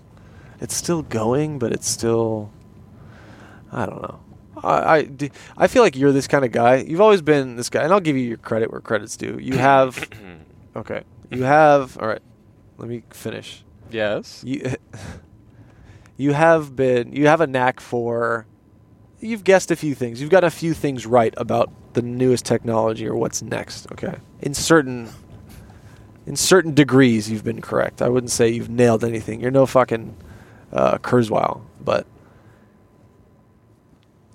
S1: it's still going, but it's still I don't know. I I, d- I feel like you're this kind of guy. You've always been this guy, and I'll give you your credit where credit's due. You
S2: <coughs>
S1: have okay. You have all right. Let me finish.
S2: <clears throat> yes.
S1: You <laughs> you have been you have a knack for you've guessed a few things. You've got a few things right about the newest technology or what's next, okay? In certain in certain degrees you've been correct. I wouldn't say you've nailed anything. You're no fucking uh Kurzweil, but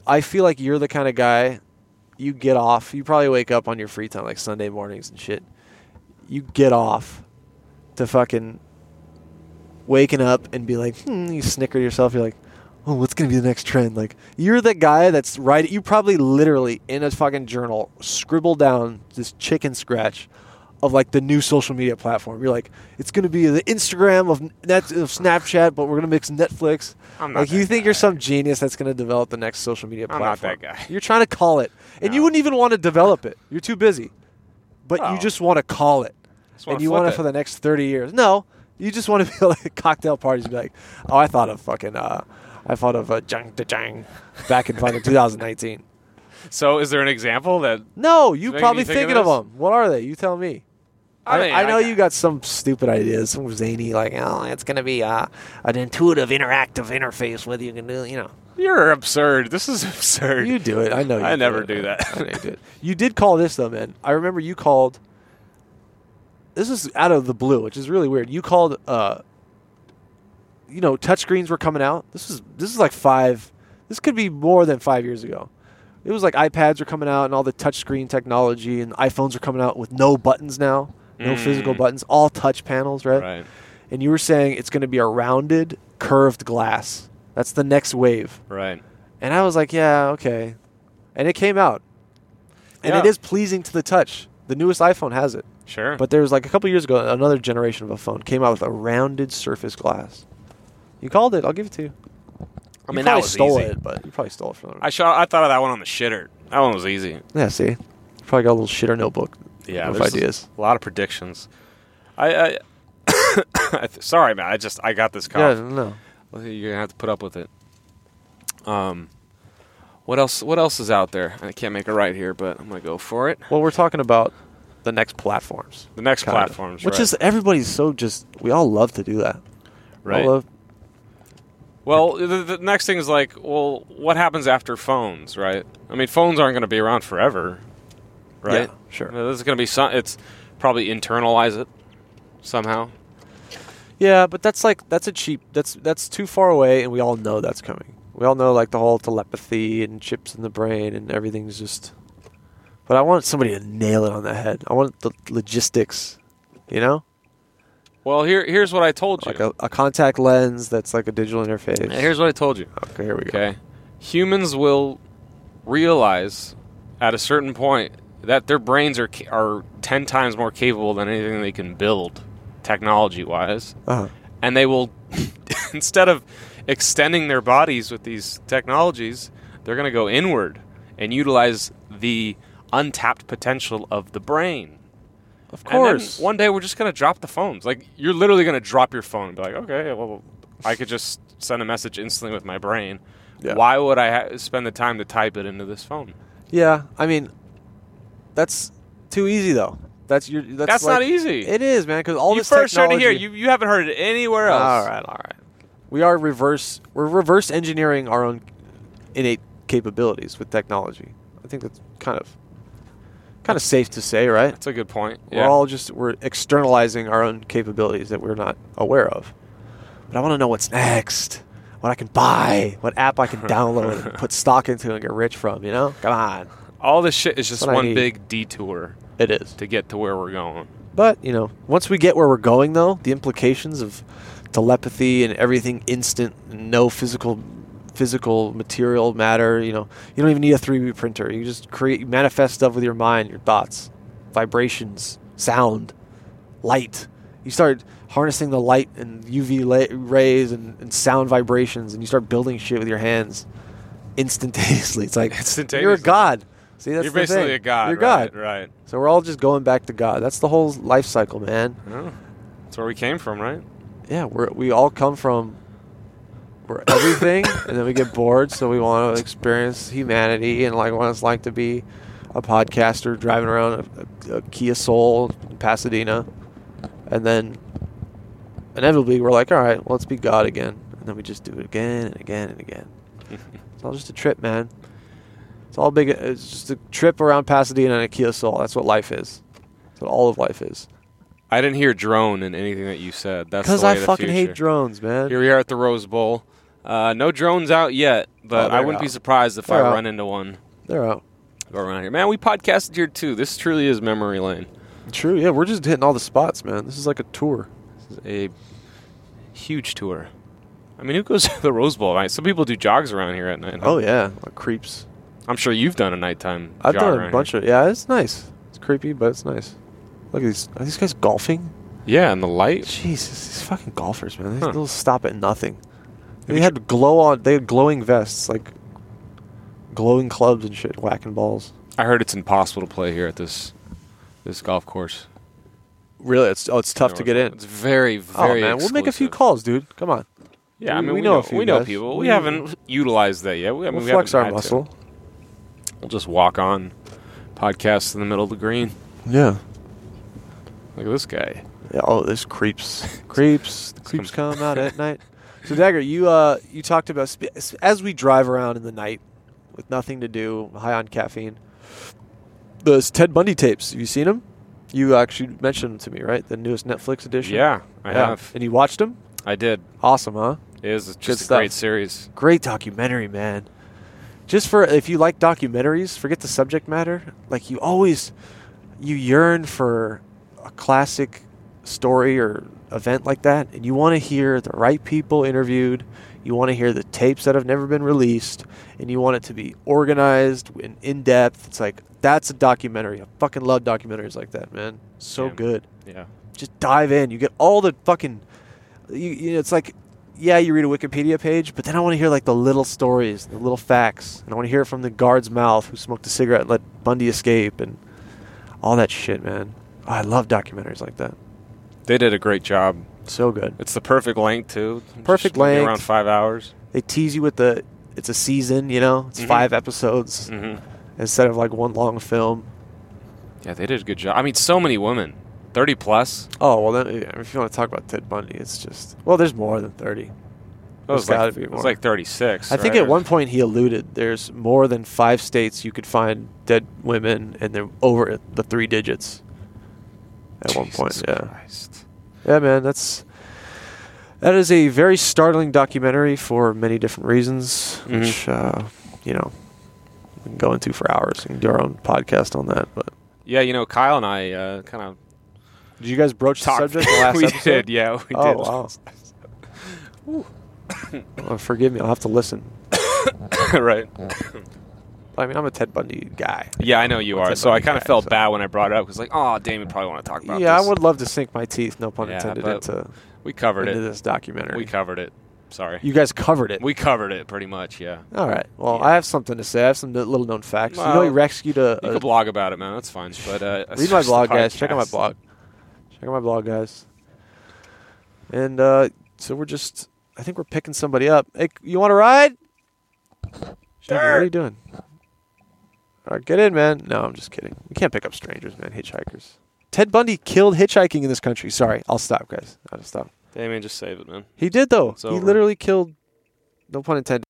S1: I feel like you're the kind of guy you get off. You probably wake up on your free time like Sunday mornings and shit. You get off to fucking waking up and be like, hmm, you snicker to yourself. You're like, oh, what's going to be the next trend? Like, you're the guy that's right. You probably literally in a fucking journal scribble down this chicken scratch of like the new social media platform. You're like, it's going to be the Instagram of, net, of Snapchat, but we're going to mix Netflix.
S2: I'm not
S1: like, you
S2: that
S1: think you're
S2: guy.
S1: some genius that's going to develop the next social media
S2: I'm
S1: platform.
S2: not that guy.
S1: You're trying to call it, and you
S2: No.
S1: wouldn't even want to develop it. You're too busy, but
S2: Well,
S1: you just want to call it,
S2: just wanna
S1: and you
S2: flip
S1: want it
S2: it.
S1: for the next thirty years. No, you just want to <laughs> be like cocktail parties. and Be like, oh, I thought of fucking, uh, I thought of uh, Jang Da Jang back in
S2: <laughs>
S1: fucking 2019.
S2: So is there an example that
S1: No, you
S2: Making
S1: probably
S2: you think of
S1: thinking of,
S2: this?
S1: them. What are they? You tell me.
S2: I
S1: I,
S2: mean,
S1: I
S2: I
S1: know
S2: got-
S1: you got some stupid ideas, some zany like, oh, it's gonna be uh, an intuitive, interactive interface with you can do, you know.
S2: you're absurd. This is <laughs> absurd.
S1: You do it. I know. You
S2: I
S1: do
S2: never
S1: it,
S2: do
S1: man.
S2: that.
S1: I know you do it. You did call this though, man. I remember you called. This is out of the blue, which is really weird. You called. uh You know, touchscreens were coming out. This was this is like five. This could be more than five years ago. It was like iPads were coming out and all the touchscreen technology, and iPhones were coming out with no buttons now, no physical buttons, all touch panels,
S2: Mm. Right.
S1: And you were saying it's going to be a rounded, curved glass. That's the next wave.
S2: Right.
S1: And I was like, yeah, okay. And it came out. And it
S2: Yeah. Mm.
S1: is pleasing to the touch. The newest iPhone has it.
S2: Sure.
S1: But there was like a couple years ago, another generation of a phone came out with a rounded surface glass. You called it. I'll give it to you.
S2: I
S1: you
S2: mean, that
S1: probably
S2: was
S1: stole
S2: easy.
S1: it, but you probably stole it from them.
S2: I shot. I thought of that one on the shitter. That one was easy.
S1: yeah, see, you probably got a little shitter notebook.
S2: yeah,
S1: with
S2: there's
S1: ideas.
S2: A lot of predictions. I, <coughs> I, I th- sorry, man. I just I got this
S1: Yeah,
S2: cough.
S1: no.
S2: Well, You're gonna have to put up with it. Um, what else? What else is out there? I can't make it right here, but I'm gonna go for it.
S1: Well, we're talking about the next platforms.
S2: The next
S1: kind of,
S2: platforms,
S1: which
S2: right.
S1: is everybody's so just. We all love to do that. We all
S2: right.
S1: love-
S2: well, the, the next thing is like, well, what happens after phones, right? I mean, phones aren't gonna be around forever, right?
S1: Yeah, sure.
S2: There's gonna be some. It's probably internalize it somehow.
S1: Yeah, but that's like that's a cheap. That's that's too far away, and we all know that's coming. We all know like the whole telepathy and chips in the brain and everything's just. But I want somebody to nail it on the head. I want the logistics, you know,
S2: Well, here here's what I told you.
S1: like a, a contact lens that's like a digital interface.
S2: here's what I told you.
S1: okay, here we go.
S2: Okay. Humans will realize at a certain point that their brains are ca- are 10 times more capable than anything they can build technology wise
S1: Uh-huh.
S2: and they will <laughs> instead of extending their bodies with these technologies, they're going to go inward and utilize the untapped potential of the brain.
S1: Of
S2: And then
S1: course.
S2: one day we're just going to drop the phones. Like you're literally going to drop your phone and be like, "Okay, well I could just send a message instantly with my brain.
S1: Yeah.
S2: Why would I ha- spend the time to type it into this phone?"
S1: yeah, I mean, that's too easy though. That's your. That's,
S2: That's
S1: like-
S2: not easy.
S1: It is, man. Because all
S2: you
S1: this
S2: first
S1: technology.
S2: heard it here. You, you haven't heard it anywhere else.
S1: All right, all right. We are reverse. We're reverse engineering our own innate capabilities with technology. I think that's kind of kind of safe to say, right?
S2: That's a good point.
S1: We're
S2: yeah.
S1: all just we're externalizing our own capabilities that we're not aware of. But I want to know what's next. What I can buy, what app I can download and put stock into and get rich from, you know? Come on.
S2: All this shit is just
S1: what I
S2: one
S1: need.
S2: big detour
S1: It is.
S2: to get to where we're going.
S1: But, you know, once we get where we're going though, the implications of telepathy and everything instant, no physical physical material matter, you know, you don't even need a 3D printer. You just create you manifest stuff with your mind, your thoughts, vibrations, sound. light. You start harnessing the light and UV la- rays and, and sound vibrations, and you start building shit with your hands instantaneously. It's like
S2: Instantaneously.
S1: you're a god. See, that's
S2: You're
S1: the
S2: basically
S1: thing.
S2: a god.
S1: You're
S2: right,
S1: god.
S2: Right.
S1: So we're all just going back to God. That's the whole life cycle, man.
S2: Yeah. That's where we came from, right?
S1: Yeah, we're, we all come from we're <coughs> everything, and then we get bored, so we want to experience humanity and like what it's like to be a podcaster driving around a, a, a Kia Soul in Pasadena, and then inevitably we're like, all right, well, let's be God again, and then we just do it again and again and
S2: <laughs>
S1: again. it's all just a trip, man. It's all big. It's just a trip around Pasadena and a Kia Soul. That's what life is. That's what all of life is.
S2: I didn't hear drone in anything that you said. That's
S1: Because
S2: the way
S1: I
S2: of the
S1: fucking
S2: future.
S1: hate drones, man.
S2: Here we are at the Rose Bowl. Uh, no drones out yet,
S1: Oh,
S2: but
S1: they're
S2: I wouldn't be
S1: out.
S2: surprised if I
S1: They're out.
S2: run into one
S1: They're out.
S2: go around here. Man, we podcasted here too. This truly is memory lane.
S1: True. Yeah, we're just hitting all the spots, man. This is like a tour.
S2: This is a huge tour. I mean, who goes <laughs> to the Rose Bowl at night? Some people do jogs around here at night. huh?
S1: Oh yeah, like creeps.
S2: I'm sure you've done a nighttime.
S1: I've
S2: jog
S1: done
S2: around
S1: a bunch of. Yeah, it's nice. It's creepy, but it's nice. Look at these. Are these guys golfing?
S2: here. Yeah, and the light.
S1: Jesus, these fucking golfers, man. They
S2: Huh.
S1: will stop at nothing. They had glow on. They had glowing vests, like glowing clubs and shit, whacking balls.
S2: I heard it's impossible to play here at this this golf course.
S1: Really, it's oh, it's tough to get in.
S2: It's very,
S1: Oh
S2: very.
S1: man, we'll make a few
S2: exclusive.
S1: calls, dude. Come on,
S2: Yeah, I
S1: We-
S2: mean,
S1: we
S2: we
S1: know
S2: know,
S1: a few
S2: we know
S1: guys.
S2: people.
S1: We-
S2: We haven't utilized that yet. We, I mean,
S1: we'll
S2: we
S1: flex our
S2: haven't had to.
S1: muscle.
S2: We'll just walk on, podcasts in the middle of the green.
S1: Yeah.
S2: Look at this guy.
S1: Yeah, oh, this <laughs> creeps, creeps, creeps come out at night. <laughs> So Dagger, you uh, you talked about sp- as we drive around in the night with nothing to do, high on caffeine. Those Ted Bundy tapes, have you seen them? You actually mentioned them to me, right? The newest Netflix edition.
S2: Yeah, I have.
S1: And you watched them?
S2: I did.
S1: Awesome, huh?
S2: It is
S1: Good
S2: just a
S1: stuff.
S2: great series.
S1: Great documentary, man. Just for if you like documentaries, forget the subject matter. Like you always, you yearn for a classic story or event like that, and you want to hear the right people interviewed. You want to hear the tapes that have never been released, and you want it to be organized and in depth. It's like that's a documentary. I fucking love documentaries like that, man. So
S2: Yeah.
S1: good
S2: Yeah.
S1: just dive in. You get all the fucking. You, you know, it's like, yeah, you read a Wikipedia page, but then I want to hear like the little stories, the little facts, and I want to hear it from the guard's mouth who smoked a cigarette and let Bundy escape, and all that shit, man. Oh, I love documentaries like that.
S2: They did a great job.
S1: So good.
S2: It's the perfect length too. Just
S1: Perfect
S2: maybe
S1: length.
S2: Around five hours.
S1: They tease you with the. It's a season, you know. It's
S2: Mhm.
S1: five episodes
S2: Mm-hmm.
S1: instead of like one long film.
S2: Yeah, they did a good job. I mean, so many women, thirty plus.
S1: Oh well, then yeah, if you want to talk about Ted Bundy, it's just well, there's more than thirty.
S2: It was,
S1: There's
S2: like,
S1: gotta be
S2: it
S1: more.
S2: was like thirty six.
S1: I think at one point he alluded there's more than five states you could find dead women, and they're over the three digits. At one point, yeah, yeah, man, that's that is a very startling documentary for many different reasons,
S2: Mhm.
S1: which uh, you know we can go into for hours. We can do our own podcast on that. But
S2: Yeah, you know, Kyle and I uh, kind of
S1: did you guys broach
S2: talked. <laughs>
S1: the subject the last
S2: we
S1: episode?
S2: did. Yeah, we
S1: oh
S2: did.
S1: wow.
S2: <laughs>
S1: oh, forgive me. I'll have to listen.
S2: right.
S1: I mean, I'm a Ted Bundy guy.
S2: Yeah, I know you are.
S1: That's
S2: So
S1: about
S2: I kind of
S1: right,
S2: felt
S1: so.
S2: bad when I brought it up because, like, oh, Damon probably want to talk about
S1: Yeah,
S2: this.
S1: I would love to sink my teeth, no pun
S2: Yeah,
S1: intended,
S2: but
S1: into
S2: We covered
S1: into
S2: it.
S1: this documentary.
S2: We covered it. Sorry.
S1: you guys covered it.
S2: <laughs> we covered it pretty much, yeah.
S1: All right. Well, I have something to say. I have some little known facts. you know,
S2: Well,
S1: he rescued a.
S2: You
S1: a
S2: can blog about it, man. That's fine. But uh,
S1: Uh, read my
S2: <laughs> it's
S1: blog,
S2: the
S1: guys. Check out my
S2: podcast.
S1: blog. Check out my blog, guys. And uh, so we're just. I think we're picking somebody up. Hey, you want to ride? Dude, What are you doing? All right, get in, man. No, I'm just kidding. We can't pick up strangers, man. Hitchhikers. Ted Bundy killed hitchhiking in this country. Sorry, I'll stop, guys. I'll stop.
S2: Damien, just save it, man.
S1: He did though.
S2: It's
S1: he
S2: over.
S1: literally killed. No pun intended.